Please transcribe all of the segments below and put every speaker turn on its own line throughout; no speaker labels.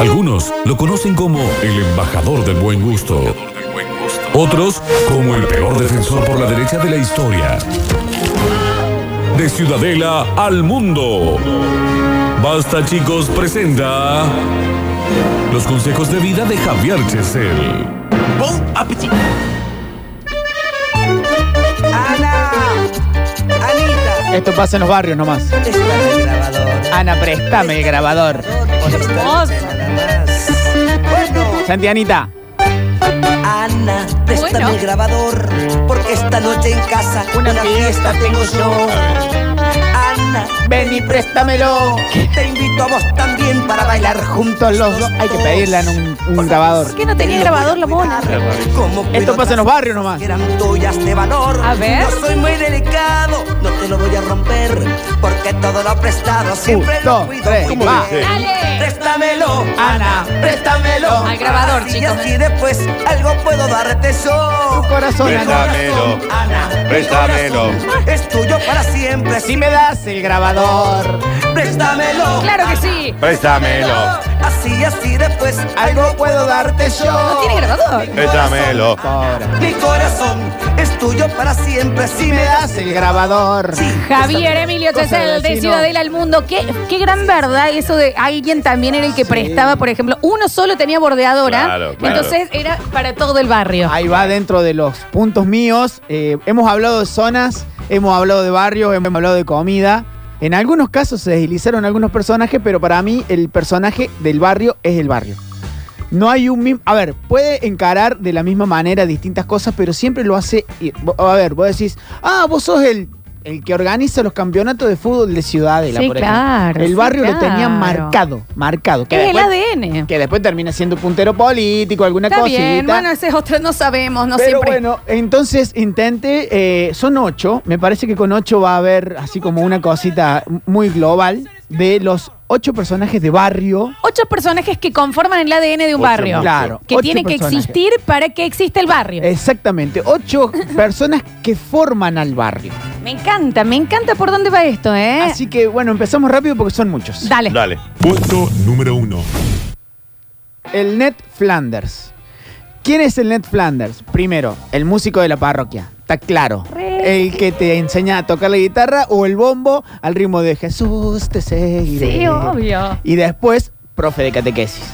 Algunos lo conocen como el embajador del buen gusto. Otros como el peor defensor por la derecha de la historia. De Ciudadela al mundo. Basta chicos presenta los consejos de vida de Javier Chesel.
Bon appetit.
Ana, Anita,
Esto pasa en los barrios nomás.
préstame el grabador.
Ana, préstame el grabador.
Préstame nada más. Bueno,
Santianita.
Ana, préstame
Bueno.
el grabador, porque esta noche en casa una, fiesta tengo yo. Ana,
Ven y préstamelo.
te invito a vos también para bailar
Juntos los dos. Hay que pedirle a Ana un, un grabador.
¿Por qué no tenía grabador la mona?
Como cuido
pasa en los
otras
barrios nomás.
que Eran tuyas de valor.
A ver.
Yo soy muy delicado, no te lo voy a romper, porque todo lo prestado siempre
Un,
lo
dos,
cuido.
tres,
muy
va.
bien.
¡Dale!
Préstamelo,
Ana,
préstamelo.
Al grabador,
Así,
chicos.
así después algo puedo darte yo.
Tu corazón,
Mi
Ana.
corazón,
Préstamelo.
Ana. mi
Préstamelo.
corazón Es tuyo para siempre.
Si me das el grabador,
préstamelo.
¡Claro que sí!
Préstamelo.
Así, así después
algo puedo darte
¿No
yo.
tiene grabador?
Préstamelo.
Ahora,
Mi corazón es tuyo para siempre. Si
Si
me
me
das
das el grabador.
Javier Emilio
Cosa de
Chesel de
vecino.
Ciudadela al Mundo. Qué, qué gran verdad eso de alguien también era el que prestaba, por ejemplo. Uno solo tenía bordeadora.
Claro, claro.
Entonces era para todo el barrio.
Ahí va dentro de los puntos míos. Eh, hemos hablado de zonas, hemos hablado de barrios, hemos hablado de comida. En algunos casos se deslizaron algunos personajes, pero para mí el personaje del barrio es el barrio. No hay un mismo. A ver, puede encarar de la misma manera distintas cosas, pero siempre lo hace. y- A ver, vos decís, ah, vos sos el, el que organiza los campeonatos de fútbol de Ciudadela,
Sí,
por ejemplo.
claro,
El
sí,
barrio lo tenía
claro.
marcado, marcado. Que
es
después-
el ADN.
que después termina siendo puntero político, alguna
Está
cosita.
bien, bueno, ese es otro, no sabemos, no
Pero
siempre.
bueno, entonces intenté, eh, son ocho, me parece que con ocho va a haber así como una cosita muy global de los ocho personajes de barrio.
Ocho personajes que conforman el ADN de un
Ocho
barrio.
mujeres.
Claro.
Que
ocho
tiene que
personajes.
existir para que exista el barrio.
Exactamente, ocho personas que forman al barrio.
Me encanta, me encanta por dónde va esto, ¿eh?
Así que bueno, empezamos rápido porque son muchos.
Dale.
Dale.
Puesto número uno.
El Ned Flanders. ¿Quién es el Ned Flanders? Primero, el músico de la parroquia. Está claro.
Re.
El que te enseña a tocar la guitarra o el bombo al ritmo de Jesús te seguiré.
Sí, obvio.
Y después, profe de catequesis.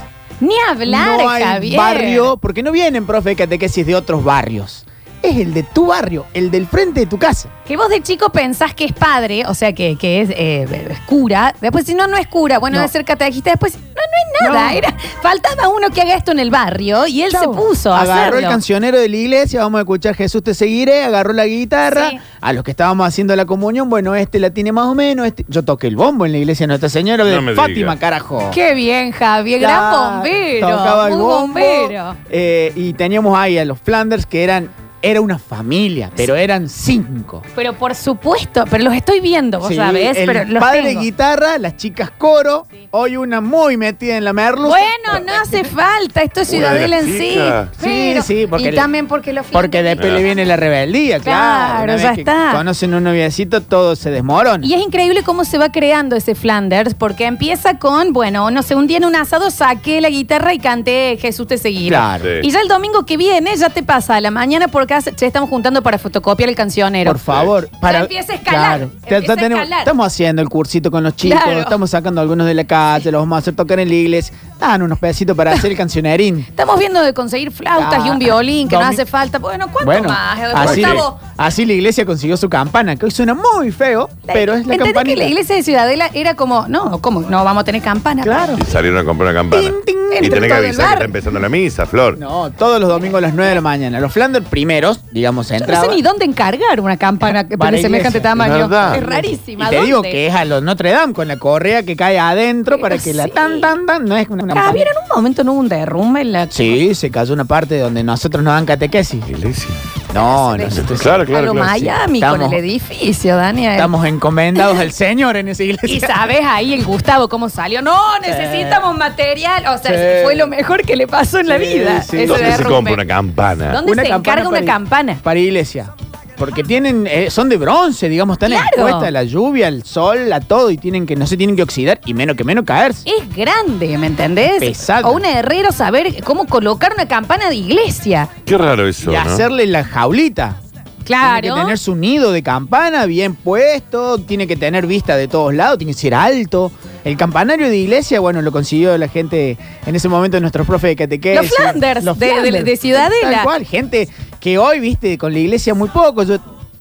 Ni hablar,
no hay
Javier.
barrio, porque no vienen profe de catequesis de otros barrios. Es el de tu barrio, el del frente de tu casa.
Que vos de chico pensás que es padre, o sea, que, que es, eh, es cura. Después, si no, no es cura. Bueno,
No.
debe ser catequista. Después, no, no es nada.
No.
Era, faltaba uno que haga esto en el barrio y él
Chau.
se puso a
Agarró el
hacerlo.
cancionero de la iglesia, vamos a escuchar Jesús te seguiré, agarró la guitarra.
Sí.
A los que estábamos haciendo la comunión, bueno, este la tiene más o menos. este- Yo toqué el bombo en la iglesia de Nuestra Señora de
No me
Fátima,
digas.
carajo.
Qué bien, Javier. Gran
Claro,
bombero.
Tocaba el
muy
bombo,
bombero.
eh, y teníamos ahí a los Flanders que eran, era una familia, pero eran cinco.
Pero por supuesto, pero los estoy viendo, vos
Sí,
sabés.
el
Pero los
padre
tengo.
guitarra, las chicas coro, hoy una muy metida en la merluza.
Bueno, no hace falta. Esto es
Una de
Ciudadela
las
en sí.
chicas.
Sí, sí, porque
y
le-
también porque los
Porque después le viene la rebeldía, claro.
Claro,
Una vez
ya
que
está.
Conocen un noviecito, todo se desmorona.
Y es increíble cómo se va creando ese Flanders, porque empieza con, bueno, no sé, un día en un asado saqué la guitarra y canté Jesús te seguirá.
Claro.
Sí.
Y ya el domingo que viene ya te pasa a la mañana por casa, che, estamos juntando para fotocopiar el cancionero.
Por favor,
empieza a escalar,
Ya-
empieza
ya
a
tenemos-
escalar.
Estamos haciendo el cursito con los chicos,
Claro.
estamos sacando algunos de la calle, los vamos a hacer tocar en la iglesia. Dan unos pedacitos para hacer el cancionerín.
Estamos viendo de conseguir flautas
Ah,
y un violín que no
domi-
hace falta. Bueno, ¿cuánto
Bueno,
más? Eh,
así,
Gustavo,
así la iglesia consiguió su campana, que hoy suena muy feo, pero es la
¿entendés
campanita.
que la iglesia de Ciudadela era como, no, ¿cómo? No vamos a tener campana.
Claro.
Y salieron a comprar una campana.
Ting, ting.
Y
Entre
tenés que
todo el
avisar que
bar.
está empezando la misa, Flor.
No, todos los domingos a las 9 de la mañana. Los Flanders primeros, digamos,
Yo no
entraban.
sé ni dónde encargar una campana que-
Para
de semejante
iglesia,
tamaño.
¿verdad?
Es
y
rarísima.
te digo
¿dónde?
que es a los Notre Dame con la correa que cae adentro para
Pero
que la
sí.
tan tan tan no es una
Ah, ¿vieron un momento no hubo un derrumbe en la
Sí, se cayó una parte donde nosotros nos dan catequesis.
Iglesia.
No, nosotros
Claro,
a
claro,
lo
claro.
Miami
Estamos-
con el edificio, Daniel.
estamos encomendados al Señor en esa iglesia.
Y sabes ahí el Gustavo cómo salió. No, necesitamos material. O sea,
Sí.
fue lo mejor que le pasó en la
Sí,
vida.
sí.
ese
¿Dónde se
derrumbe.
compra una campana?
¿Dónde se encarga una
para-
campana?
Para iglesia. porque tienen, eh, son de bronce, digamos, están
Claro.
expuestas a la lluvia, al sol, a todo, y tienen que, no se tienen que oxidar, y menos que menos caerse.
Es grande, ¿me entendés?
Pesada.
O un herrero saber cómo colocar una campana de iglesia.
Qué raro eso,
y
¿no?
hacerle la jaulita. Tiene
Claro.
que tener su nido de campana bien puesto, tiene que tener vista de todos lados, tiene que ser alto. El campanario de iglesia, bueno, lo consiguió la gente en ese momento, nuestros profes de catequesis.
Los Flanders, de- de- de Ciudadela.
Tal cual, gente que hoy, viste, con la iglesia muy poco. Yo,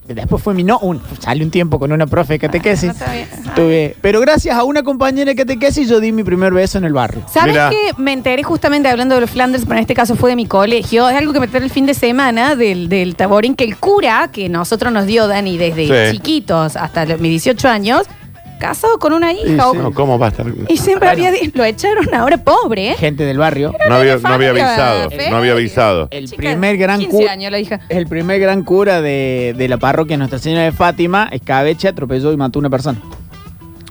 después fue mi no, un, sale un tiempo con una profe de catequesis.
no sabía.
Tuve- pero gracias a una compañera de catequesis yo di mi primer beso en el barrio.
¿Sabes
Mira.
qué? Me enteré justamente hablando de los Flanders, pero en este caso fue de mi colegio. Es algo que me enteré el fin de semana del, del Taborín, que el cura que nosotros nos dio, Dani, desde
Sí.
chiquitos hasta los, mis 18 años, casado con una hija.
sí.
o-
No, ¿cómo va a estar?
Y siempre había di- lo echaron ahora, pobre. ¿eh?
Gente del barrio.
No había, no
familia,
había avisado,
Fe.
no había avisado.
El
Chica,
primer gran
15
cu-
años la hija.
El primer gran cura de, de la parroquia Nuestra Señora de Fátima, escabeche, atropelló y mató a una persona.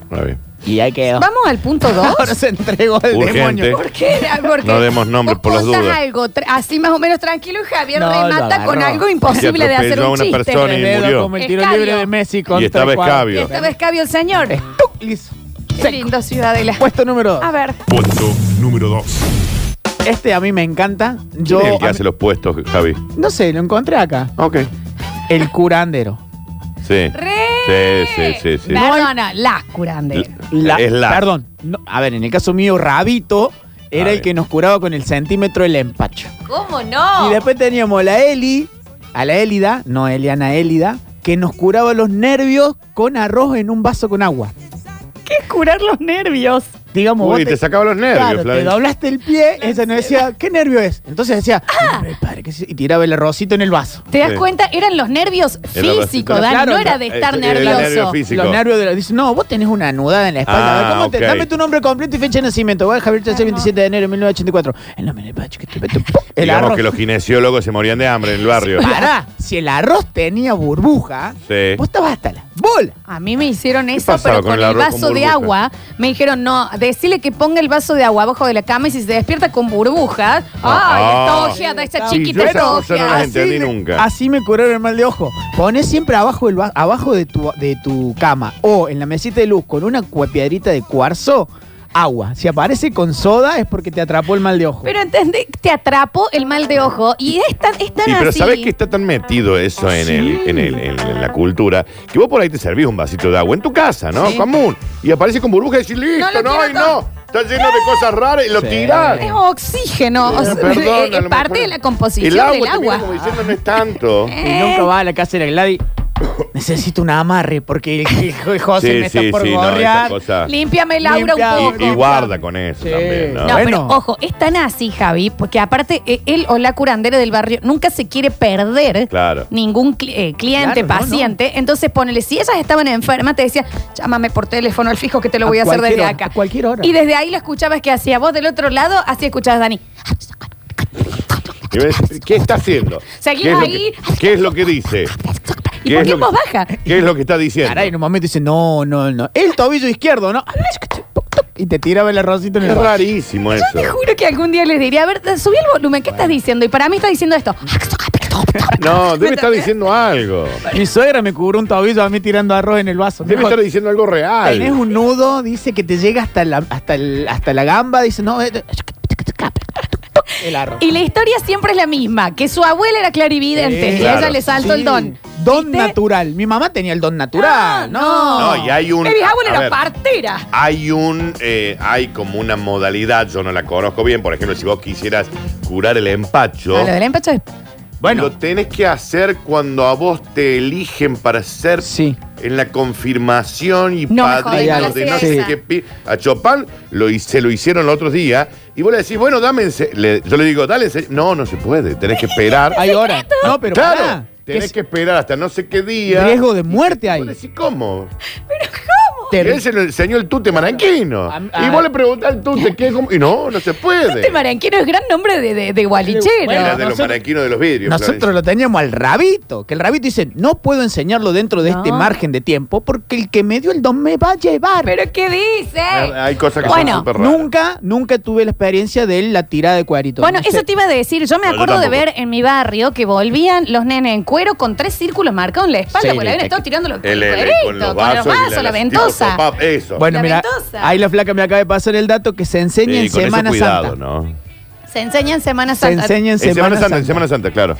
Está bien.
Y ahí quedó.
Vamos al punto 2.
Ahora se entregó al
Urgente.
demonio.
¿Por qué? Porque
No demos nombres
vos
por las
contás
dudas.
algo tra- así más o menos tranquilo y Javier
No, lo
remata con
agarró.
algo imposible de hacer
atropelló a
un
una
chiste.
persona y-
Dedo
murió.
Como el tiro
Escabio.
libre de Messi contra
Y estaba
Ecuador.
Y
escabio.
Estaba escabio el señor.
Estuc, liso.
Qué lindo Ciudadela.
Puesto número
A
2.
ver.
Punto número 2.
Este a mí me encanta. Yo
¿Quién es el que
a
hace
mí-
los puestos, Javi?
no sé, lo encontré acá.
Ok.
El curandero.
Sí.
Re.
Sí, sí, sí, sí.
Perdona, las curanderas.
La-
es la.
Perdón. No, a ver, en el caso mío, Rabito era
A
el
ver.
que nos curaba con el centímetro el empacho.
¿Cómo no?
Y después teníamos la Eli, a la Elida, no Eliana Elida, que nos curaba los nervios con arroz en un vaso con agua.
¿Qué es curar los nervios?
Digamos,
Uy,
vos
te sacaba los nervios,
Claro, te
Flavio.
doblaste el pie, ella nos decía, ¿qué nervio es? Entonces decía, "Ay, padre, ¿qué sé-?" y tiraba el arrocito en el vaso.
¿Te das
Sí.
cuenta? Eran los nervios
Era los-
físicos,
Pero
Dani.
claro,
no era
no,
de estar
era el
nervioso.
nervio físico.
Los nervios de la... Dice, no, vos tenés una anudada en la espalda. A ver,
Ah,
¿cómo te-
ok.
Dame tu nombre completo y fecha de nacimiento. Voy a Javier Chávez, 27 de enero de 1984. El nombre del pacho que te meto, ¡pum! El
Digamos
arroz.
que los kinesiólogos se morían de hambre en el barrio.
Pará, si el arroz tenía burbuja,
Sí.
vos estabas hasta la bola.
A mí me hicieron eso,
pasaba
pero
con
con
el
el
arroz con
vaso de
burbuja?
agua. Me dijeron, no, decirle que ponga el vaso de agua abajo de la cama y si se despierta con burbujas. ¡Ay,
Ah.
está ojeada, esta
Sí,
chiquita
yo
está
esas cosas no las
ojeada!
entiendo. entendí nunca.
Así me curaron el mal de ojo. Pones siempre abajo, el va- abajo de, tu, de tu cama o en la mesita de luz con una cua- piedrita de cuarzo, agua. Si aparece con soda es porque te atrapó el mal de ojo.
Pero entendé, te atrapó el mal de ojo. Y es tan, es tan
Y pero
así.
sabes que está tan metido eso en, el, en, el- en- en la cultura que vos por ahí te servís un vasito de agua en tu casa, ¿no?
Sí.
Común. Y aparece con burbuja y decís, listo,
lo
no,
quiero
y
todo.
no. Está lleno de cosas raras y lo
Sí.
tirás. Eh,
Es oxígeno. o sea, eh,
Perdón, a
es
lo
parte
mejor-
de la composición
el agua
del
te mira
agua.
Como diciendo, no es tanto.
Y nunca va a la casa de la Gladys. Necesito un amarre porque el, el José
Sí,
me está
sí,
por
sí, no, esa
gorrear.
cosa. Y,
Límpiame, Laura,
Limpia-
un poco.
y guarda con eso
Sí.
también, ¿no?
No,
Bueno.
pero ojo, es tan así, Javi, porque aparte eh, él o la curandera del barrio nunca se quiere perder
Claro.
ningún cli- eh, cliente,
Claro, no,
paciente. Entonces ponele, si ellas estaban enfermas, te decía, llámame por teléfono al fijo que te lo
A
voy a, hacer
cualquier
desde
hora,
acá.
a cualquier hora.
Y desde ahí lo escuchabas que hacía vos del otro lado, así escuchabas Dani.
Y ves, ¿Qué está haciendo?
Seguís
¿Qué es lo
ahí.
que- ¿Qué es lo que dice?
¿Y
¿Qué
por
es
qué
lo
en voz
que-
baja?
¿Qué es lo que está diciendo?
Caray, en un momento dice, no, no, no. El tobillo izquierdo, ¿no? Y te tiraba el arrocito en el
Es
vaso.
rarísimo eso.
Te juro que algún día les diría, a ver, subí el volumen, ¿qué estás diciendo? Y para mí está diciendo esto.
No, debe estar diciendo algo.
Mi suegra me cubrió un tobillo a mí tirando arroz en el vaso.
Debe
Me
estar diciendo algo real.
Tenés un nudo, dice que te llega hasta la, hasta el- hasta la gamba, dice, no, eh, el arroz.
Y la historia siempre es la misma, que su abuela era clarividente
Sí,
y
claro.
ella le saltó el don.
Don
¿Viste? Ah,
natural. Mi mamá tenía el don natural.
No,
No.
No, y hay un.
Mi bisabuela
a
era
ver,
partera.
Hay un. eh, hay como una modalidad, yo no la conozco bien. Por ejemplo, si vos quisieras curar el empacho.
No, lo del empacho es-
Bueno.
Lo tenés que hacer cuando a vos te eligen para ser
Sí.
en la confirmación y
No me
padrino
jodas, no
de
la
no
sé
sé
esa.
qué pi- A Chopin lo, hi- se lo hicieron los otros días y vos le decís, bueno, dame. ense- le- yo le digo, dale. ense- No, no se puede. Tenés que esperar.
Hay horas. No, pero
claro.
pará, que
tenés
es
que esperar hasta no sé qué día.
riesgo de muerte
Vos
ahí.
decís, ¿Cómo?
¿Cómo?
Y él
Twitter.
se lo enseñó el tute maranquino.
A- a-
y vos le preguntás al tute qué es como- Y no, no se puede.
Este maranquino es gran nombre de, de, de gualichero.
Bueno,
Era de los
nosotros-
maranquinos de los vidrios.
Nosotros
Florencia.
lo teníamos al rabito, que el rabito dice, no puedo enseñarlo dentro de este
No.
margen de tiempo porque el que me dio el don me va a llevar.
¿Pero qué dice?
Hay cosas que
Bueno,
son súper raras.
nunca, nunca tuve la experiencia de la tirada de cuadritos.
Bueno,
No sé.
eso te iba a decir. Yo me
No, yo
acuerdo de
tampoco.
ver en mi barrio que volvían los nenes en cuero con tres círculos marcados en la espalda,
Sí,
porque le habían
es
estado
que-
tirando los
El, el-
cueritos,
con los vasos, y
la, ventosa.
tipo pop-up, Eso.
Bueno,
La
mira,
ventosa.
ahí la flaca me acaba de pasar el dato que se enseña
Sí,
en
con eso
Semana
cuidado,
Santa.
¿no?
Se enseña en Semana
Se
Santa.
enseña en,
En Semana Santa, en Semana Santa, claro.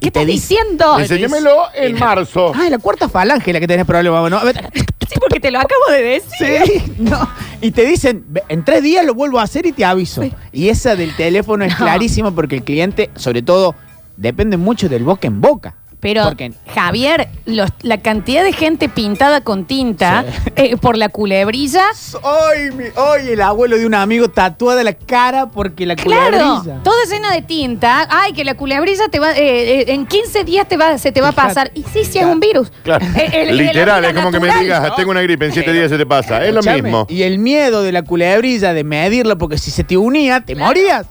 ¿Qué estás diciendo?
Enséñamelo en marzo.
Ah, la cuarta falange la que tenés problema, bueno. A ver,
Sí, porque te lo acabo de decir.
Sí, no. Y te dicen, "Ve- en tres días lo vuelvo a hacer y te aviso. Y esa del teléfono es
No.
clarísima porque el cliente, sobre todo, depende mucho del boca en boca.
Pero,
Porque-
Javier, los- la cantidad de gente pintada con tinta eh, por la culebrilla.
Hoy, mi- hoy el abuelo de un amigo tatuada la cara porque la
Claro,
culebrilla.
toda llena de tinta. Ay, que la culebrilla te va, eh, eh, en 15 días te va, se te va a pasar. Y sí, sí, es un virus.
Claro.
Eh, el- el-
Literal,
la
es como que me
natural.
digas, "Ah, tengo una gripe, en siete días se te pasa. Es lo
Escuchame,
mismo.
Y el miedo de la culebrilla de medirla porque si se te unía, te morías.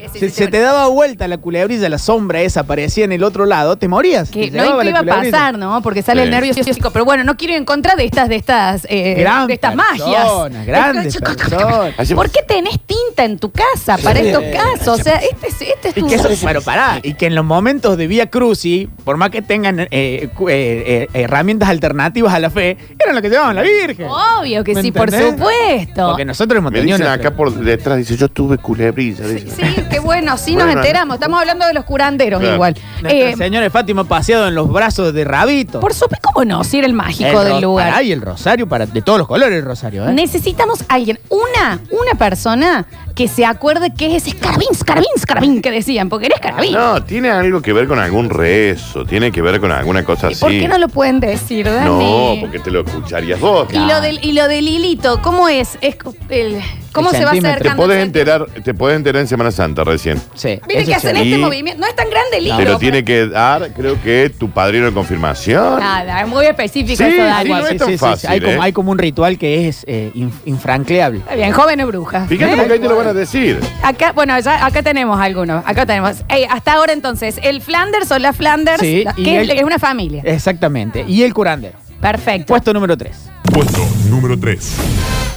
Ese
Si
sí
se te daba vuelta la culebrilla, la sombra esa aparecía en el otro lado, te morías.
Que
Te
no
llevaba
te
la
iba a
culebrilla.
pasar, ¿no? Porque sale
Sí.
el nervio físico. Pero bueno, no quiero ir en contra de estas, de estas, eh,
Gran
de estas magias.
personas, grandes personas.
Así-
¿Por qué tenés tinta en tu casa para estos casos? O sea, este, es- este es
Y
tu...
que eso, bueno, pará, y que en los momentos de Vía Cruci, por más que tengan eh, cu- eh, eh, herramientas alternativas a la fe, eran lo que llevaban la Virgen.
Obvio que
¿Me
sí, por
entendés?
supuesto.
Porque nosotros hemos
Me
tenido.
dicen
una-
acá por detrás, dice, yo tuve culebrilla. dice.
Sí, qué bueno, sí nos
Bueno,
enteramos. Estamos hablando de los curanderos
Claro.
igual.
Nuestra
Eh,
señora de Fátima paseado en los brazos de Rabito.
por supuesto, ¿cómo no? Si era el
El
mágico del
ro-
lugar.
pará, y el rosario para, de todos los colores, el rosario, ¿eh?
Necesitamos alguien, una, una persona que se acuerde que es ese escarabín, escarabín, escarabín que decían, porque era escarabín.
No, tiene algo que ver con algún rezo, tiene que ver con alguna cosa
¿Y ¿Por
así.
qué no lo pueden decir, Dani?
No, porque te lo escucharías vos.
Y lo, del, y lo del hilito, ¿cómo es? Es co- el- ¿Cómo
El
se va
centímetro.
Te
acercando?
podés enterar, te podés enterar en Semana Santa recién.
Sí. eso
Mire que
sí.
hacen este
Y-
movimiento. No es tan grande el hilo.
Te lo
pero-
tiene que dar, creo que tu padrino de confirmación.
Nada, es muy específico
Sí,
eso,
sí,
Dani.
no es tan fácil,
Hay,
¿eh?
como, hay como un ritual que es eh, inf- infrancleable.
Está bien, jóvenes brujas.
Fíjate
¿Eh?
porque ahí te lo van a decir.
Acá, bueno, ya, acá tenemos algunos. Acá tenemos. Ey, hasta ahora entonces, el Flanders o la Flanders,
Sí,
la-
y
que es-
el- Eh,
es una familia. Ah.
Exactamente. Y el curandero.
Perfecto.
Puesto número 3.
Puesto número 3.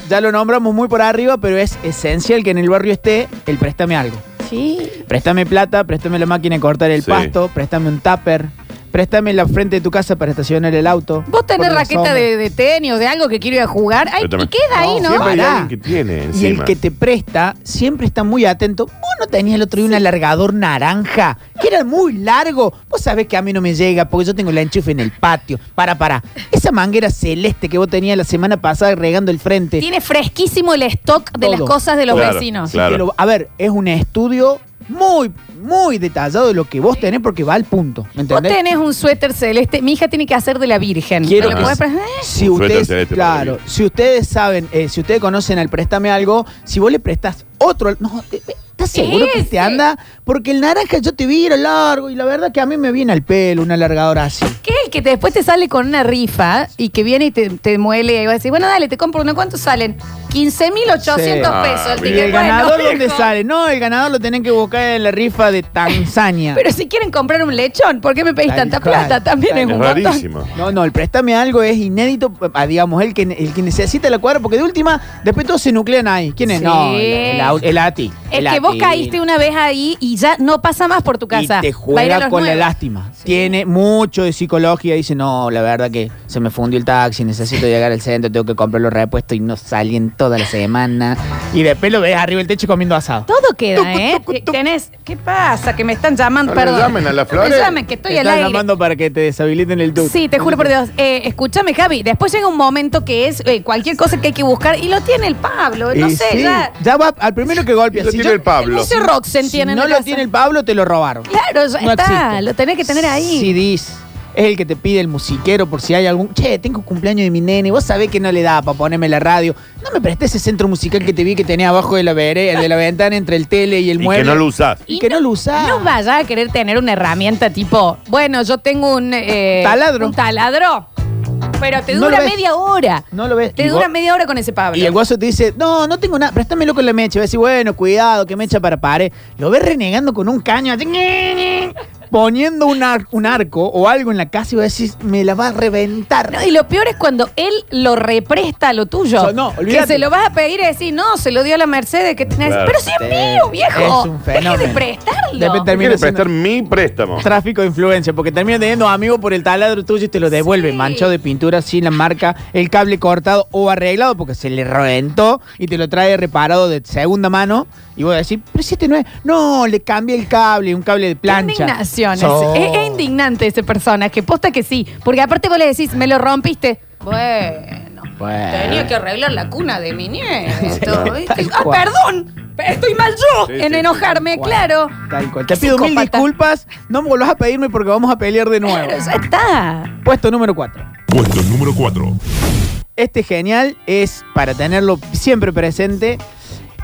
Ya lo nombramos muy por arriba, pero es esencial que en el barrio esté el préstame algo.
Sí.
Préstame plata, préstame la máquina de cortar el
Sí.
pasto, préstame un tupper, préstame la frente de tu casa para estacionar el auto.
Vos tenés
Por la
raqueta
sombra.
de, de tenis o de algo que quiero ir a jugar. Ay,
Yo
y
también.
queda ahí, ¿no?
Siempre hay
Pará.
alguien que tiene
Y el
encima.
que te presta siempre está muy atento. Vos no tenías el otro día un alargador naranja, que era muy largo. Vos sabés que a mí no me llega porque yo tengo la enchufe en el patio. Para, para. Esa manguera celeste que vos tenías la semana pasada regando el frente.
Tiene fresquísimo el stock de las
Todo.
cosas de los
Claro,
vecinos.
claro.
Te lo- a ver, es un estudio muy, muy detallado de lo que vos tenés porque va al punto. ¿Me
Vos
entendés?
tenés un suéter celeste. Mi hija tiene que hacer de la Virgen.
Quiero
¿Me lo Eh,
que-
podés prestar?
Si
Un suéter
ustedes,
celeste para
claro,
David.
si ustedes saben, eh, si ustedes conocen al préstame algo, si vos le prestás otro, no, eh, eh, ¿estás seguro que
Ese.
te anda? Porque el naranja yo te vi era largo y la verdad que a mí me viene al pelo una alargadora así.
¿Qué es el que te- después te sale con una rifa y que viene y te, te muele y va a decir, bueno, dale, te compro uno. ¿Cuánto salen? 15.800
Sí.
Ah,
pesos. El
bien.
ticket.
¿Y el
Bueno,
ganador dónde
viejo.
sale? No, el ganador lo tienen que buscar en la rifa de Tanzania.
Pero si quieren comprar un lechón, ¿por qué me pedís
Tal
tanta
cual.
plata? También
Tal
es
Es
un montón.
rarísimo.
No, no, el préstame algo es inédito, ah, digamos, el que, el que necesita la cuadra, porque de última, después todos se nuclean ahí. ¿Quién es?
Sí.
No, el, el au- el ATI.
El que vos
ATI.
caíste una vez ahí y ya no pasa más por tu casa.
Y te
Va a ir a
juega
los
con la
nuevos.
lástima. Tiene mucho de psicología. Dice, no, la verdad que se me fundió el taxi, necesito llegar al centro, tengo que comprar los repuestos y no salen toda la semana. Y después lo ves arriba del techo comiendo asado.
Todo queda,
Tucu,
¿eh?
tucu, tucu.
Tenés- ¿Qué pasa? Que me están llamando.
No le
perdón.
llamen a la
No me
Flores.
llamen, que estoy
Te
al
están
aire.
llamando para que te deshabiliten el duque.
Sí, te juro por Dios. Eh, escúchame, Javi. Después llega un momento que es eh, cualquier cosa que hay que buscar y lo tiene el Pablo. No
Y
sé,
sí,
ya.
va al primero que golpea.
Lo
Si
tiene
yo-
el Pablo.
Ese Roxen
si
tiene en
no
la
lo
casa.
tiene el Pablo, te lo robaron.
Claro, ya
No
está.
existe.
Lo tenés que tener ahí.
CDs. Es el que te pide el musiquero por si hay algún. Che, tengo cumpleaños de mi nene. Vos sabés que no le da para ponerme la radio. No me presté ese centro musical que te vi que tenía abajo de la vereda, de la ventana entre el tele y el
Y que
mueble.
no lo usás.
y que no lo usás.
No vayas a querer tener una herramienta tipo, bueno, yo tengo un. eh,
Taladro.
Un taladro. Pero te
No lo
dura
ves.
media hora.
No lo ves.
Te
Y
dura
vos-
media hora con ese Pablo.
Y el guaso te dice, no, no tengo nada, préstamelo con la mecha. Y va a decir, bueno, cuidado, que mecha para pare. Lo ves renegando con un caño, así, poniendo un, ar- un arco o algo en la casa y va a decir, me la va a reventar.
No, y lo peor es cuando él lo represta a lo tuyo.
O sea, no,
que
olvídate.
se lo vas a pedir y decir, no, se lo dio a la Mercedes que tenés.
Claro.
Pero si es mío, viejo.
Es un
Deje de
fenómeno.
prestarlo.
Depende-
¿Quiere
termina siendo-
prestar mi préstamo?
Tráfico de influencia, porque termina teniendo amigos por el taladro tuyo y te lo devuelve
Sí.
manchado de pintura sin la marca, el cable cortado o arreglado porque se le reventó y te lo trae reparado de segunda mano. Y vos decís, pero si este no es. No, le cambié el cable, un cable de
Qué
plancha.
Indignación. Es-
So-
Es, es indignante ese personaje. Posta que sí. Porque aparte vos le decís, me lo rompiste. Bueno.
Bueno.
Tenía que arreglar la cuna de mi nieto. ¿viste?
tal
ah,
cual.
perdón. Estoy mal yo
Sí, sí,
en
sí,
enojarme,
tal cual.
claro.
Tal cual. Te pido mil
Psicópata.
disculpas, no me volvás a pedirme porque vamos a pelear de nuevo.
Claro, ya está.
Puesto número 4.
Puesto número 4.
Este genial es, para tenerlo siempre presente,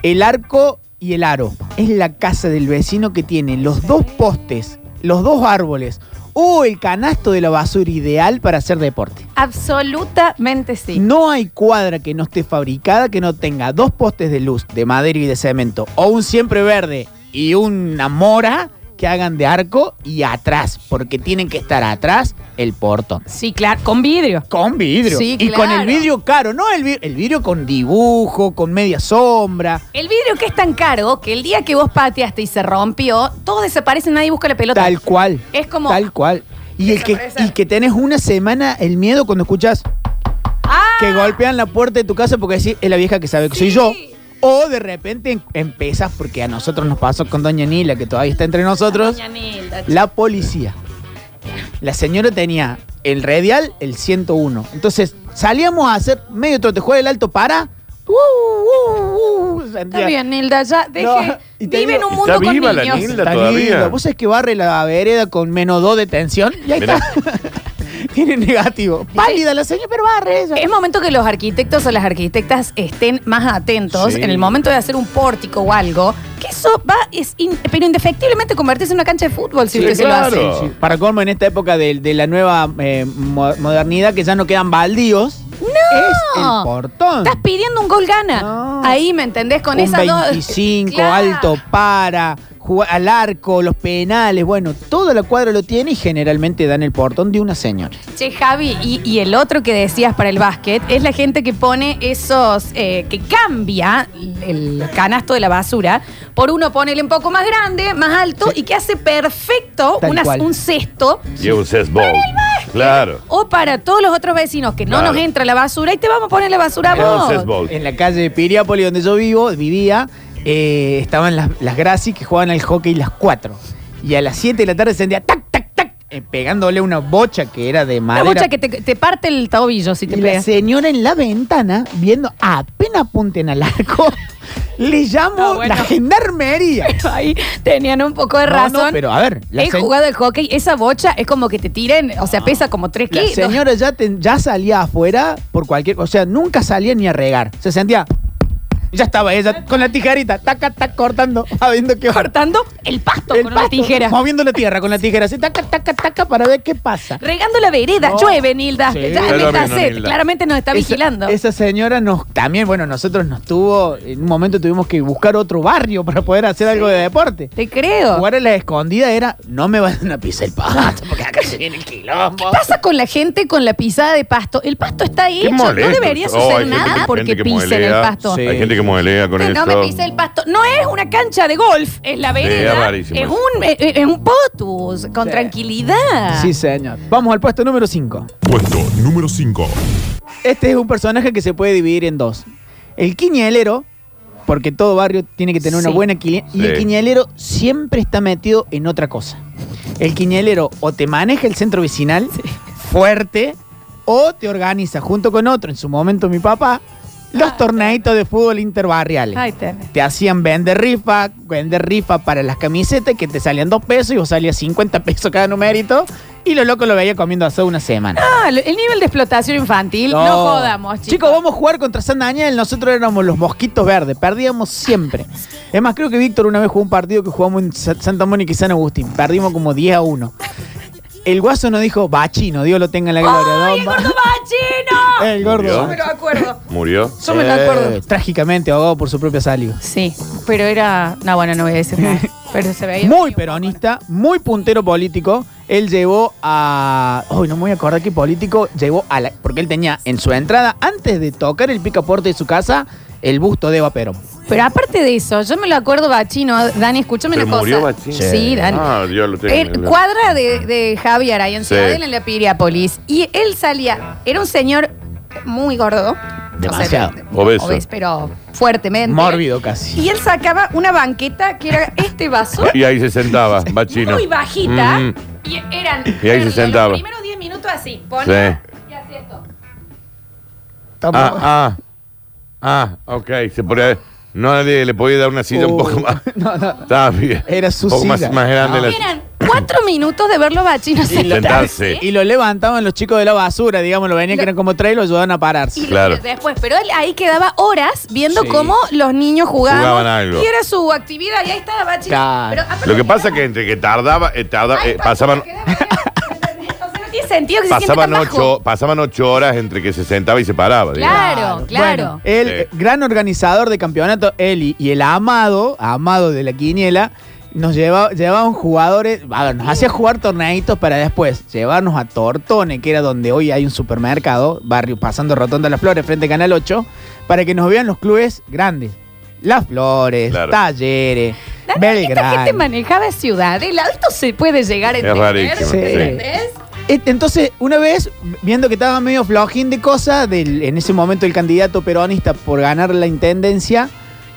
el arco y el aro. Es la casa del vecino que tiene los dos postes, los dos árboles o el canasto de la basura ideal para hacer deporte.
Absolutamente sí.
No hay cuadra que no esté fabricada que no tenga dos postes de luz, de madera y de cemento, o un siempre verde y una mora que hagan de arco y atrás, porque tienen que estar atrás el portón.
Sí, claro. Con vidrio.
Con vidrio.
Sí,
y con
claro.
el vidrio caro, no el vidrio, el vidrio con dibujo, con media sombra.
El vidrio que es tan caro que el día que vos pateaste y se rompió, todo desaparece, nadie busca la pelota.
Tal cual.
Es como-
Tal cual. Y, el que,
Desaparece.
y que tenés una semana el miedo cuando escuchas
Ah.
que golpean la puerta de tu casa porque decís, es la vieja que sabe que soy
Sí.
yo. O de repente em- empezás, porque a nosotros nos pasó con Doña Nila, que todavía está entre nosotros,
Doña Nilda,
la policía. La señora tenía el radial, el 101. Entonces salíamos a hacer medio trotejuego del alto para. Uh, uh, uh, sentía-
Está bien, Nilda, ya deje.
No, y te
vive en
digo-
un
Está
mundo con
viva la
niños.
Nilda.
Está
todavía.
linda. Vos sabés que barre la vereda con menos 2 de tensión y ahí
Mirá.
está. Tiene negativo. Pálida la señora, pero barre ella.
Es momento que los arquitectos o las arquitectas estén más atentos
Sí.
en el momento de hacer un pórtico o algo, que eso va, es in- pero indefectiblemente convertirse en una cancha de fútbol si
Sí,
usted se lo
claro.
hace.
Sí, Para colmo, en esta época de, de la nueva eh, mo- modernidad que ya no quedan baldíos, es el portón.
Estás pidiendo un gol gana.
No.
Ahí, ¿me entendés? Con
un
esas dos-
25,
Claro.
alto para, jugar al arco, los penales, bueno, toda la cuadra lo tiene y generalmente dan el portón de una señora.
Che, Javi, y, y el otro que decías para el básquet es la gente que pone esos, eh, que cambia el canasto de la basura por uno, ponele un poco más grande, más alto y que hace perfecto
Tal
una-
cual.
un cesto
Y un sesbol. Claro.
o para todos los otros vecinos que no
Claro.
nos entra la basura y te vamos a poner la basura a
Era un
vos.
sesbol.
En la calle de Piriápolis, donde yo vivo, vivía, eh, estaban las, las Graci que jugaban al hockey las 4. Y a las 7 de la tarde se sentía tac, tac, tac, eh, pegándole una bocha que era de
La
madera.
bocha que te, te parte el tobillo si te
y la
pegas.
señora en la ventana, viendo apenas apunten al arco, le llamo
No, bueno.
la gendarmería.
Ahí tenían un poco de
No,
razón.
no, pero a ver, la
He
se- Ah.
jugado el hockey, esa bocha es como que te tiren, o sea, pesa como 3
La
kilos.
señora ya, ten- ya salía afuera por cualquier. O sea, nunca salía ni a regar. Se sentía. y Ya estaba ella con la tijerita, taca, tac, cortando, sabiendo qué corta.
cortando el pasto con una
pasto,
tijera.
Moviendo la tierra con la tijera, así, taca, taca, taca, para ver qué pasa.
Regando la vereda.
No.
Llueve, Nilda.
Sí.
Ya,
Está
Nilda,
bien,
sé,
Nilda.
Claramente nos está
Esa-
vigilando.
Esa, señora nos también, bueno, nosotros nos tuvo, en un momento tuvimos que buscar otro barrio para poder hacer algo de deporte.
Te creo.
Jugar a la escondida era, no me van a pisar el pasto, porque acá se viene el
¿Qué
quilombo.
pasa con la gente con la pisada de pasto? El pasto está hecho. No
molesto.
debería
Oh, hay
suceder
gente-
nada
gente
porque
que
pisen el
modelea.
pasto.
Sí.
Hay gente que modelea con
No, no
eso.
me pise el pasto. No es una cancha de golf, es la
es
vereda. es,
rarísimo.
un, es, es un potus, con
Sí.
tranquilidad.
Sí, señor. Vamos al puesto número 5.
Puesto número 5.
Este es un personaje que se puede dividir en dos. El quiñalero, porque todo barrio tiene que tener una
Sí.
buena quiña, y el
Sí.
quiñalero siempre está metido en otra cosa. El quiñalero o te maneja el centro vecinal fuerte o te organiza junto con otro, en su momento mi papá, los torneitos de fútbol interbarriales.
Ahí tenés.
Te hacían vender rifa, vender rifa para las camisetas que te salían dos pesos y vos salías 50 pesos cada numerito y los locos lo veía comiendo hace una semana.
Ah, lo- el nivel de explotación infantil, no, jodamos, chicos.
vamos a jugar contra San Daniel. Nosotros éramos los mosquitos verdes. Perdíamos siempre. Es más, creo que Víctor una vez jugó un partido que jugamos en Sa- Santa Mónica y San Agustín. Perdimos como 10 a 1. el guaso no dijo bachino, Dios lo tenga en la gloria. Eh.
¡Ay, el
¿no?
gordo machino!
El gordo.
Yo me lo acuerdo.
Murió.
Yo me lo acuerdo.
Eh, Trágicamente ahogado por su propia saliva.
Sí, pero era. No, bueno, no voy a decir nada. Pero se veía.
Muy peronista, muy puntero político. Él llevó a. Ay, no me voy a acordar qué político llevó a la. Porque él tenía en su entrada, antes de tocar el picaporte de su casa, el busto de Eva Perón.
Pero aparte de eso, yo me lo acuerdo Bachino. Dani, escúchame
Pero
una cosa.
murió Bachino.
Sí, Dani.
Ah, Dios lo tenga en
Eh,
la gloria.
cuadra de, de Javier ahí en
Sí.
Ciudadela, en la Piriápolis. Y él salía, era un señor muy gordo.
Demasiado.
O sea,
Obeso.
pero fuertemente.
Mórbido casi.
Y él sacaba una banqueta que era este vaso,
Y ahí se sentaba, bachino.
muy bajita.
Mm.
Y eran.
Y ahí se
los
sentaba.
primeros 10 minutos así. Ponía y hacía esto.
Ah, ah. Ah, ok. Se podría- no nadie le podía dar una silla un
Oh.
poco más.
No, no.
Estaba bien.
Era su
Un poco más,
silla.
más grande la
Eran Ah, cuatro minutos de verlo Bachino
Sentarse.
Y lo levantaban los chicos de la basura, digamos, lo venían que eran como tres y lo ayudaban a pararse.
Y lo-
Claro.
después, pero él ahí quedaba horas viendo
Sí.
cómo los niños jugaban.
Jugaban algo.
Y era su actividad, y ahí estaba Bachi.
Claro.
Pero aparte
Lo que
quedaba-
pasa es que entre que tardaba, eh, tarda-
Ay,
eh,
Paco,
pasaban,
quedaba- o sea, no tiene sentido que
pasaban
se sienta tan bajo.
ocho, pasaban ocho horas entre que se sentaba y se paraba. digamos.
Claro, claro.
Bueno, el
Sí.
eh, gran organizador de campeonato, Eli, y el amado, amado de la quiniela, nos lleva, llevaban jugadores, a ver, nos hacía jugar torneitos para después llevarnos a Tortone, que era donde hoy hay un supermercado, barrio pasando Rotonda Las Flores, frente a Canal 8, para que nos vean los clubes grandes. Las Flores,
Claro.
Talleres,
Dani, Esta gente
Belgrano.
manejaba ciudad. El esto se puede llegar a
Es
entender.
rarísimo,
sí.
¿entendés?
Et- Entonces, una vez, viendo que estaba medio flojín de cosas, del- en ese momento el candidato peronista por ganar la intendencia,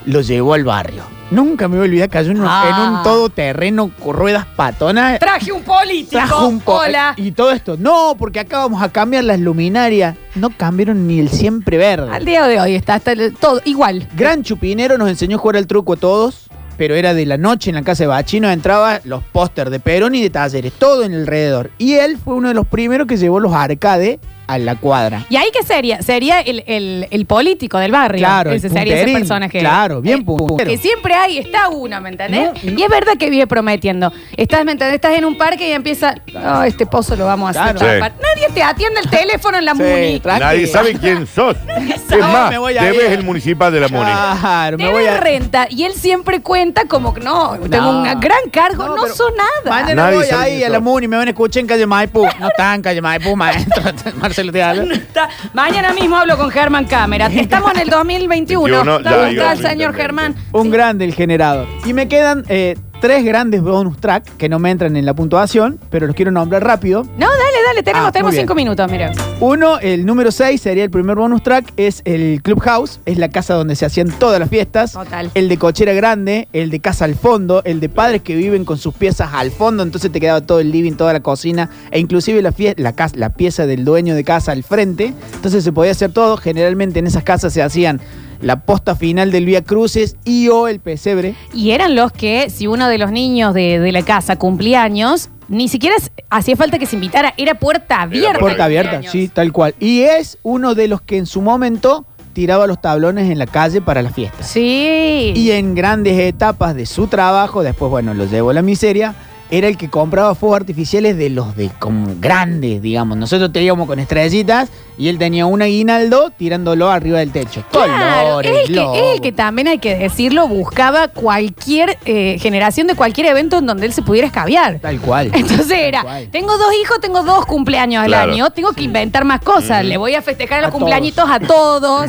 lo llevó al barrio. Nunca me voy a olvidar, cayó en un,
Ah.
en un todoterreno con ruedas patonas.
Traje un político.
Trajo un po-
Hola.
Y todo esto. No, porque acá vamos a cambiar las luminarias. No cambiaron ni el siempre
Al
verde.
día de hoy está, está el- todo igual.
Gran chupinero nos enseñó a jugar al truco a todos, pero era de la noche en la casa de Bachino. Entraba los póster de Perón y de Talleres, todo en alrededor. Y él fue uno de los primeros que llevó los arcades a la cuadra.
¿Y ahí qué sería? Sería el, el- el político del barrio.
Claro,
Ese
el
sería ese
punterín.
personaje. eh,
Claro, bien puntero.
Que siempre ahí está uno, ¿me entendés? Y es verdad que vive prometiendo. Estás, ¿me entendés? Estás en un parque y empieza. "Ah, este pozo lo vamos a hacer.
Claro.
tapar". Nadie te atiende el teléfono en la
Sí,
muni.
tra-
Nadie sabe quién sos. Es más,
me voy a
te ves
ir.
el municipal de la Muni.
Claro, me
Debe
voy a...
renta y él siempre cuenta como que no, tengo un gran cargo, no,
pero
son nada.
Mañana
Nadie
voy
sabe
ahí
quién
a la
sos.
MUNI, me van a escuchar en calle Maipú. No está en calle Maipú, maestro. Marcelo te habla.
Está- Mañana mismo hablo con Germán Cámara. Estamos en el 2021. ¿Dónde
21, ya hay
está el
otro
señor
intendente.
Germán?
Un grande el generador. Y me quedan eh, tres grandes bonus track que no me entran en la puntuación, pero los quiero nombrar rápido.
No, dale, Eh, dale, tenemos,
Ah, muy
tenemos
bien.
cinco minutos, mira.
Uno, el número seis sería el primer bonus track, es el Clubhouse, es la casa donde se hacían todas las fiestas.
Total.
El de cochera grande, el de casa al fondo, el de padres que viven con sus piezas al fondo, entonces te quedaba todo el living, toda la cocina, e inclusive la, fie- la, cas- la pieza del dueño de casa al frente. Entonces se podía hacer todo. Generalmente en esas casas se hacían la posta final del Vía Cruces y o el pesebre.
Y eran los que, si uno de los niños de, de la casa cumplía años, ni siquiera s- hacía falta que se invitara, era puerta abierta.
Puerta
Puerta abierta,
Cumpleaños.
sí, tal cual. Y es uno de los que en su momento tiraba los tablones en la calle para las fiestas.
Sí.
Y en grandes etapas de su trabajo, después, bueno, lo llevó a la miseria, era el que compraba fuegos artificiales de los de como grandes, digamos. Nosotros teníamos con estrellitas y él tenía un aguinaldo tirándolo arriba del techo.
Claro,
Colores,
es el, que, es el
globos.
que también hay que decirlo, buscaba cualquier eh, generación de cualquier evento en donde él se pudiera escabiar.
Tal cual.
Entonces era,
cual.
tengo dos hijos, tengo dos cumpleaños al
Claro.
año, tengo que inventar más cosas. Le voy a festejar los
A
cumpleañitos a todos.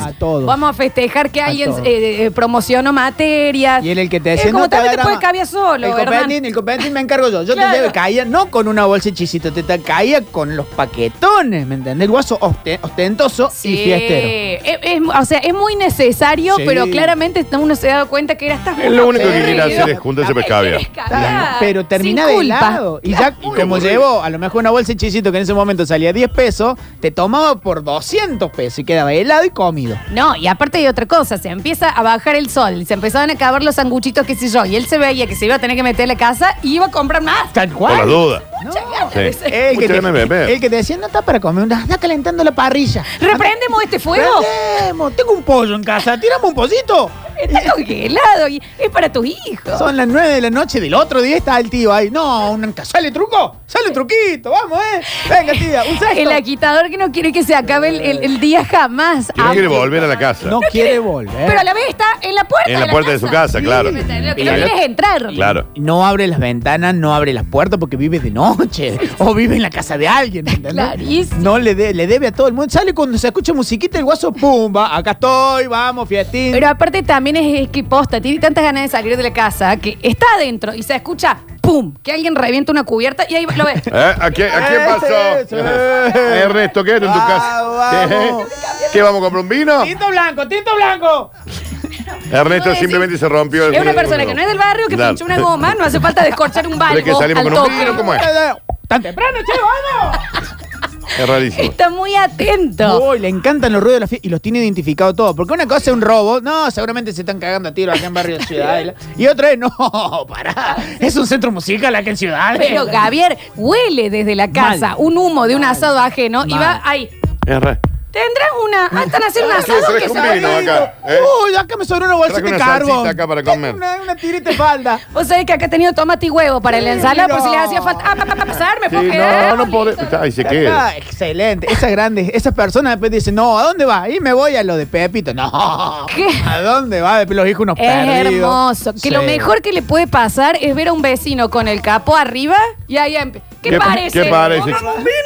A todos.
Vamos a festejar que
A
alguien
todos.
eh, eh, promocionó materias.
Y él el que te
Es
decía,
como
no,
también te
agarra
puede
más.
caber solo,
El
Hernán.
copetín, el copetín me encargo yo. Yo
Claro.
te llevo, caía no con una bolsa de chisito, te, te caía con los paquetones, ¿me entendés? El guaso oste- ostentoso y fiestero.
Es- es- o sea, es muy necesario,
Sí.
pero claramente uno se ha dado cuenta que era hasta
Es lo único que
aburrido.
quiere hacer es juntarse
¿Qué
para caviar.
querés caviar?
Pero termina
Sin
de
culpa.
helado. Y ya,
Muy
como
aburrido.
llevó a lo mejor una bolsa de chisito que en ese momento salía 10 pesos, te tomaba por 200 pesos y quedaba helado y comido.
No, y aparte de otra cosa, se empieza a bajar el sol, se empezaban a acabar los sanguchitos, qué sé yo, y él se veía que se iba a tener que meter a la casa y iba a comprar más.
Tal
Por
cual.
las dudas.
muchas
No. Eh,
ganas
Sí.
de ser-
El que,
Mucho
te,
MMP.
el que te decía, no está para comer, no, anda calentando la parrilla.
¿Reprendemos este fuego?
Prendemos, Tengo un pollo en casa, tiramos un pollito.
Está congelado y es para tus hijos.
Son las 9 de la noche del otro día, está el tío ahí. No, un- sale truco, sale truquito, vamos, eh. Venga, tía, un sexto.
El agitador que no quiere que se acabe el, el- el día jamás.
Que no
Aunque-
quiere volver a la casa.
No quiere volver.
Pero a la vez está en la puerta.
¿Eh? en la puerta de su casa, claro.
Lo que no
Claro.
quieres es entrar.
Claro.
No abre las ventanas, no abre las puertas porque vive de noche o vive en la casa de alguien. ¿entendés?
Clarísimo.
No le, de- le debe a todo el mundo. Sale cuando se escucha musiquita el guaso, pumba, acá estoy, vamos, fiestín.
Pero aparte también es, es que posta, tiene tantas ganas de salir de la casa que está adentro y se escucha ¡pum! que alguien revienta una cubierta y ahí lo ves.
¿Eh? ¿A, quién, a quién
Ese es,
pasó?
eh.
Ernesto, ¿qué era en tu
Ah,
casa?
vamos.
¿Qué? ¿Qué vamos a comprar un vino?
Tinto blanco, tinto blanco.
Ernesto
decís,
simplemente se rompió el
Es una persona que no es del barrio, que
Claro.
pinchó una goma, no hace falta descorchar un balbo
¿Crees que salimos
al
con un
toque.
vino? ¿Cómo es?
Eh, Tan temprano, che, vamos.
Es rarísimo.
Está muy atento.
Uy, le encantan los ruidos de la fiesta y los tiene identificado todo. Porque una cosa es un robo, no, seguramente se están cagando a tiro acá en Barrio Ciudadela. Y otra es, no, pará, es un centro musical acá en Ciudadela.
Pero Javier huele desde la casa
Mal.
un humo de un asado ajeno y
Mal.
va ahí.
Es ra-
Tendrás una. Ah, están haciendo un
Sí,
asado
traje
que
un
se
vino
va a-
acá, ¿eh?
Uy, acá me sobró una
Traje
bolsita de
una salsita
carbón.
acá para
Tengo
comer.
Una, una tirita de falda.
Vos sabés que acá he tenido tomate y huevo para la ensalada, por si le hacía falta. Ah, para pasar, me
Sí,
puedo
no,
quedar.
no podemos. Ahí se queda.
Acá, excelente. Esas grandes, esas personas después dicen, no, ¿a dónde va? Y me voy a lo de Pepito. No.
¿Qué?
¿A dónde va? Después los hijos unos
Es
perdidos.
hermoso. Que lo
Sí.
mejor que le puede pasar es ver a un vecino con el capo arriba y ahí empe- ¿Qué, parece?
¿Qué parece?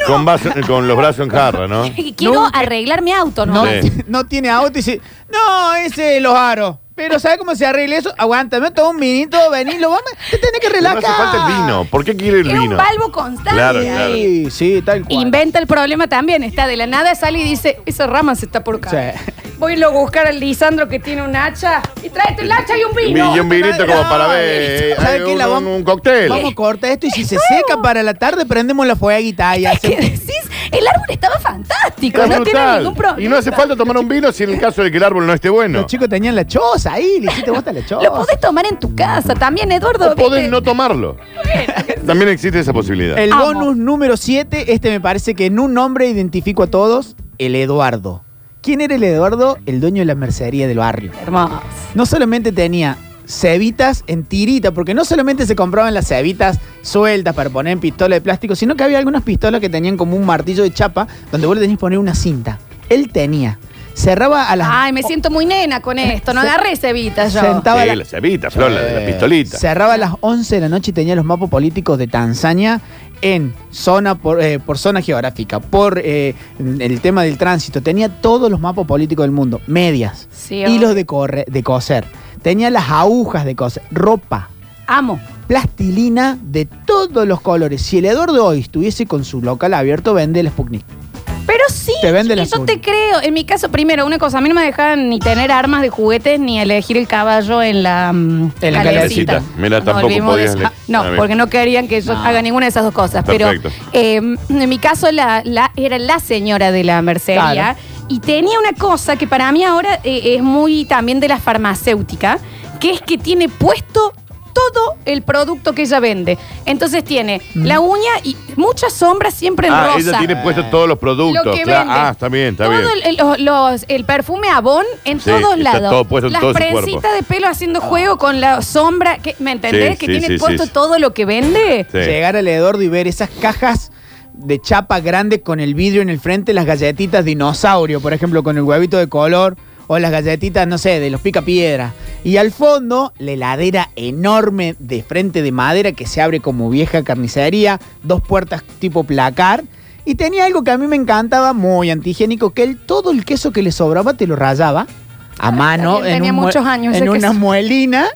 Con, vaso- con los brazos en jarra, ¿no? eh.
Quiero
Nunca-
arreglar mi auto, ¿no?
No,
Sí.
no tiene auto y dice, no, ese es los aros. Pero ¿sabe cómo se arregla eso? Aguántame todo un minito, vení, lo vamos, te tenés que
No
relajar.
hace falta el vino. ¿Por qué quiere el
Era
vino?
un balbo constante
Claro, claro.
ahí.
Sí, sí, tal cual.
Inventa el problema también. Está de la nada, sale y dice, esa rama se está por acá.
Sí.
Voy a ir a buscar al Lisandro que tiene un hacha y tráete el hacha y un vino.
Y un vinito como para ver. eh,
¿Sabe qué? La
un,
vamos-
un cóctel.
Vamos, corta esto y si se seca para la tarde, prendemos la fueguita y
¿Qué
hacemos...
decís? El árbol estaba fantástico.
Está
no tiene
brutal.
ningún problema.
Y no hace falta tomar un vino si en el caso de que el árbol no esté bueno.
Los chicos tenían la choza ahí, le hiciste gusta la choza.
Lo podés tomar en tu casa también, Eduardo.
O podés
¿viste?
no tomarlo. También existe esa posibilidad.
El
Amo.
bonus número 7, este me parece que en un nombre identifico a todos, el Eduardo. ¿Quién era el Eduardo? El dueño de la mercería del barrio.
Hermoso.
no solamente tenía cebitas en tirita, porque no solamente se compraban las cebitas sueltas para poner en pistola de plástico, sino que había algunas pistolas que tenían como un martillo de chapa donde vos le tenías que poner una cinta. Él tenía. Cerraba a las...
Ay, me siento muy nena con esto. No
Se-
agarré cebita yo.
Sentaba a
Sí,
las-
la cebita, Flor, la, de la pistolita.
Eh, Cerraba a las 11 de la noche y tenía los mapas políticos de Tanzania en zona por, eh, por zona geográfica, por eh, el tema del tránsito. Tenía todos los mapas políticos del mundo, medias,
Sí,
hilos
obvio.
de, corre, de coser. Tenía las agujas de coser, ropa,
Amo.
plastilina de todos los colores. Si el Eduardo hoy estuviese con su local abierto, vende el Sputnik.
Pero sí,
Te vende la
yo
azul.
te creo. En mi caso, primero, una cosa, a mí no me dejaban ni tener armas de juguetes ni elegir el caballo en la, mm,
En la
calecita. Mira,
Nos
tampoco
olvidemos de
podías
eso.
elegir.
No,
Ah, bien.
porque no querían que yo
No.
haga ninguna de esas dos cosas.
Perfecto.
Pero eh, en mi caso, la, la- era la señora de la mercería.
Claro.
Y tenía una cosa que para mí ahora eh, es muy también de la farmacéutica, que es que tiene puesto todo el producto que ella vende. Entonces tiene
Mm.
la uña y muchas sombras siempre en
Ah,
rosa.
ella tiene puestos todos los productos.
Lo que
claro.
vende.
Ah, está bien, está
Todo
bien.
El, el- los- el perfume Avon en
Sí,
todos
está
lados.
todo puesto en
Las
todo su cuerpo.
prensitas de pelo haciendo juego con la sombra. que- ¿Me entendés?
Sí,
que
sí,
tiene
sí,
puesto
sí.
todo lo que vende.
Sí.
Llegar al Eduardo y ver esas cajas de chapa grande con el vidrio en el frente, las galletitas dinosaurio, por ejemplo, con el huevito de color, o las galletitas, no sé, de los picapiedra. Y al fondo, la heladera enorme de frente de madera que se abre como vieja carnicería, dos puertas tipo placar. Y tenía algo que a mí me encantaba, muy antihigiénico, que él todo el queso que le sobraba te lo rayaba a mano
también
en,
tenía
un mue-
muchos años
en
ese
una
queso.
muelina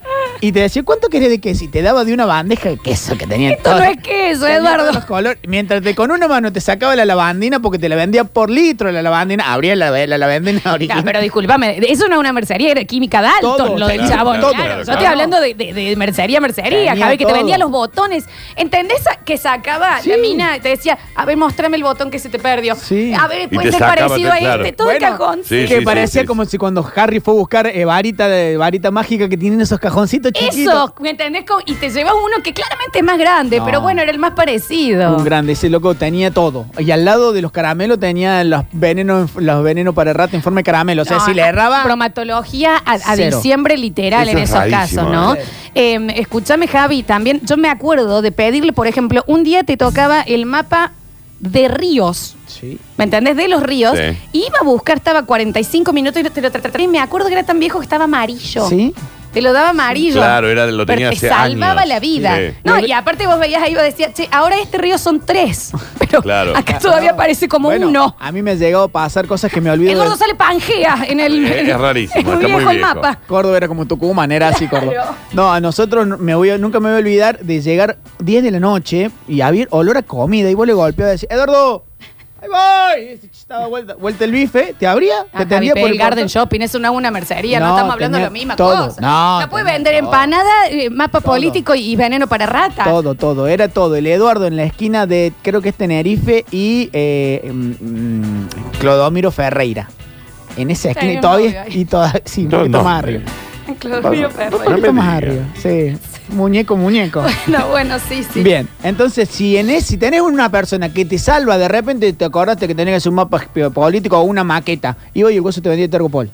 y te decía, ¿cuánto querés de queso? Y te daba de una bandeja de queso que tenía
Esto no es queso,
Tenía
Eduardo.
todos los colores. Mientras te con una mano te sacaba la lavandina porque te la vendía por litro la lavandina, abría la, la lavandina
No,
original.
pero discúlpame, eso no es una mercería, era química Dalton,
Todo,
lo del
claro,
chabón.
todo,
claro.
claro,
Yo
claro.
estoy hablando de, de- de mercería, mercería,
Tenía
Javi, que te
todo.
vendía los botones. ¿Entendés a- que sacaba
Sí.
la mina? y Te decía, a ver, mostrame el botón que se te perdió.
Sí.
A ver,
Y
puede
te
ser
sacaba,
parecido a
claro.
este, todo
Bueno,
el cajón.
Sí,
que
sí,
parecía
sí,
como si cuando Harry fue a buscar eh, varita de varita mágica que tienen esos cajoncitos
Eso,
chiquito.
¿me entendés? Como- Y te llevas uno que claramente es más grande,
No.
pero bueno, era el más parecido.
Un grande, ese loco tenía todo. Y al lado de los caramelos tenía los venenos, los venenos para rato en forma de caramelo. O sea,
No,
si le erraba.
Bromatología a, a
Cero.
diciembre literal
Eso
en
es
esos
rarísimo,
casos, ¿no?
¿eh?
Eh, escúchame, Javi, también yo me acuerdo de pedirle, por ejemplo, un día te tocaba el mapa de ríos.
Sí.
¿Me entendés? De los ríos.
Sí.
Iba a buscar, estaba 45 minutos y te lo tra- tra- tra- y me acuerdo que era tan viejo que estaba amarillo.
Sí.
Te lo daba amarillo.
Claro, era- lo
Pero
tenía
te
hace
salvaba
años.
la vida.
Sí.
No, y aparte vos veías ahí, vos decías, che, ahora este río son tres. Pero
Claro.
acá todavía parece como
Bueno,
uno.
A mí me ha llegado a pasar cosas que me olvido.
El
de-
gordo sale pangea en el.
Es- es rarísimo,
en un
está muy
viejo el
viejo.
mapa.
Córdoba era como Tucumán, era así Córdoba. No, a nosotros no- me voy a- nunca me voy a olvidar de llegar 10 de la noche y había olor a comida y vos le golpeabas y decís, Eduardo, ahí voy. Y ese ch- Estaba vuelta, vuelta el bife, te abría, te
Ah, Javi,
atendía
pero
por
el Garden
portón.
Shopping es una, una mercería, no,
No,
estamos hablando de la
tenía
misma
todo.
cosa.
No,
puede
tenía
vender
todo.
empanada, eh, mapa político y veneno para rata.
Todo, todo, era todo. El Eduardo en la esquina de, creo que es Tenerife y eh, mm, mm, Clodomiro Ferreira. En esa esquina
Tenía
y
un novio
todavía,
ahí.
y toda, sí, un
No,
poquito
no. eh,
más arriba.
Claudio Ferrer.
Un poquito
me
más arriba, sí.
digas.
Muñeco, muñeco.
No, bueno, sí, sí.
Bien, entonces si en es, si tenés una persona que te salva, de repente te acordaste que tenías que hacer un mapa ge- político o una maqueta. Y oye, el gozo te vendía Tergopol.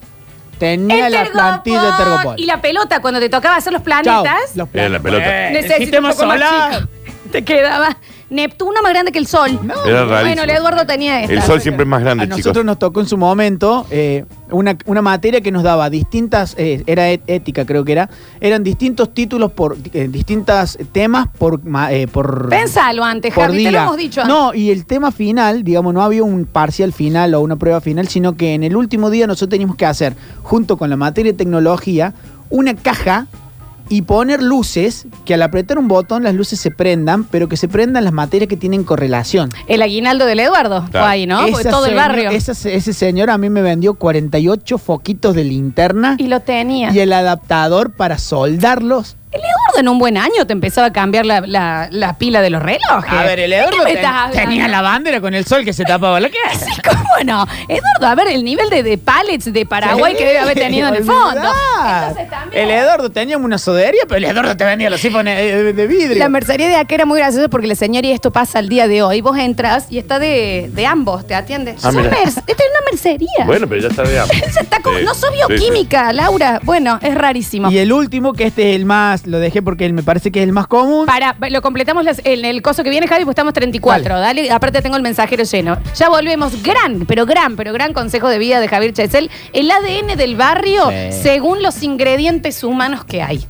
Tenía
El
la
Tergopol
plantilla de Tergopol.
Y la pelota, cuando te tocaba hacer los planetas,
los
Era la
Eh,
pelota.
necesito un poco más chico. te quedaba Neptuno más grande que el Sol.
Era
bueno,
rarísimo.
el Eduardo tenía esta.
El sol siempre es más
A
grande,
nosotros
chicos.
nos tocó en su momento eh, una, una materia que nos daba distintas, eh, era et- ética creo que era, eran distintos títulos por, eh, distintos temas por, ma- eh, por,
Pensalo antes,
por
Javi, te lo
día.
hemos dicho antes.
No, y el tema final, digamos, no había un parcial final o una prueba final, sino que en el último día nosotros teníamos que hacer, junto con la materia de tecnología, una caja y poner luces que al apretar un botón las luces se prendan, pero que se prendan las materias que tienen correlación.
El aguinaldo del Eduardo fue
Claro.
ahí, ¿no? Porque
Esa
todo el
seño-
barrio.
esa se- ese señor a mí me vendió 48 foquitos de linterna
Y lo tenía.
y el adaptador para soldarlos.
El Eduardo en un buen año te empezaba a cambiar la, la- la pila de los relojes. ¿De qué me estás hablando?
bandera con el sol que se tapaba la cara.
Sí, cómo no. Eduardo, a ver, el nivel de, de pallets de Paraguay que debe haber tenido en el fondo.
Olvidar.
Entonces también.
El Eduardo tenía una sodería, pero el Eduardo te vendía los sifones eh, de vidrio.
La mercería de acá era muy graciosa porque la señora, y esto pasa al día de hoy, vos entras y está de, de ambos, te atiende.
Ah,
Son
mira.
mer- Esta es una mercería.
Bueno, pero ya está de hambre.
Ella está como-
Sí,
no soy
sí, sí.
bioquímica, Laura. Bueno, es rarísimo.
y el último, que este es el más, lo dejé porque él me parece que es el más común.
Para, lo completamos las- en el coso que viene, Javi, pues estamos 34. Dale. aparte tengo el mensajero lleno. Ya volvemos. Gran, pero gran, pero gran consejo de vida de Javier Chesel. El ADN del barrio
Sí.
según los ingredientes humanos que hay.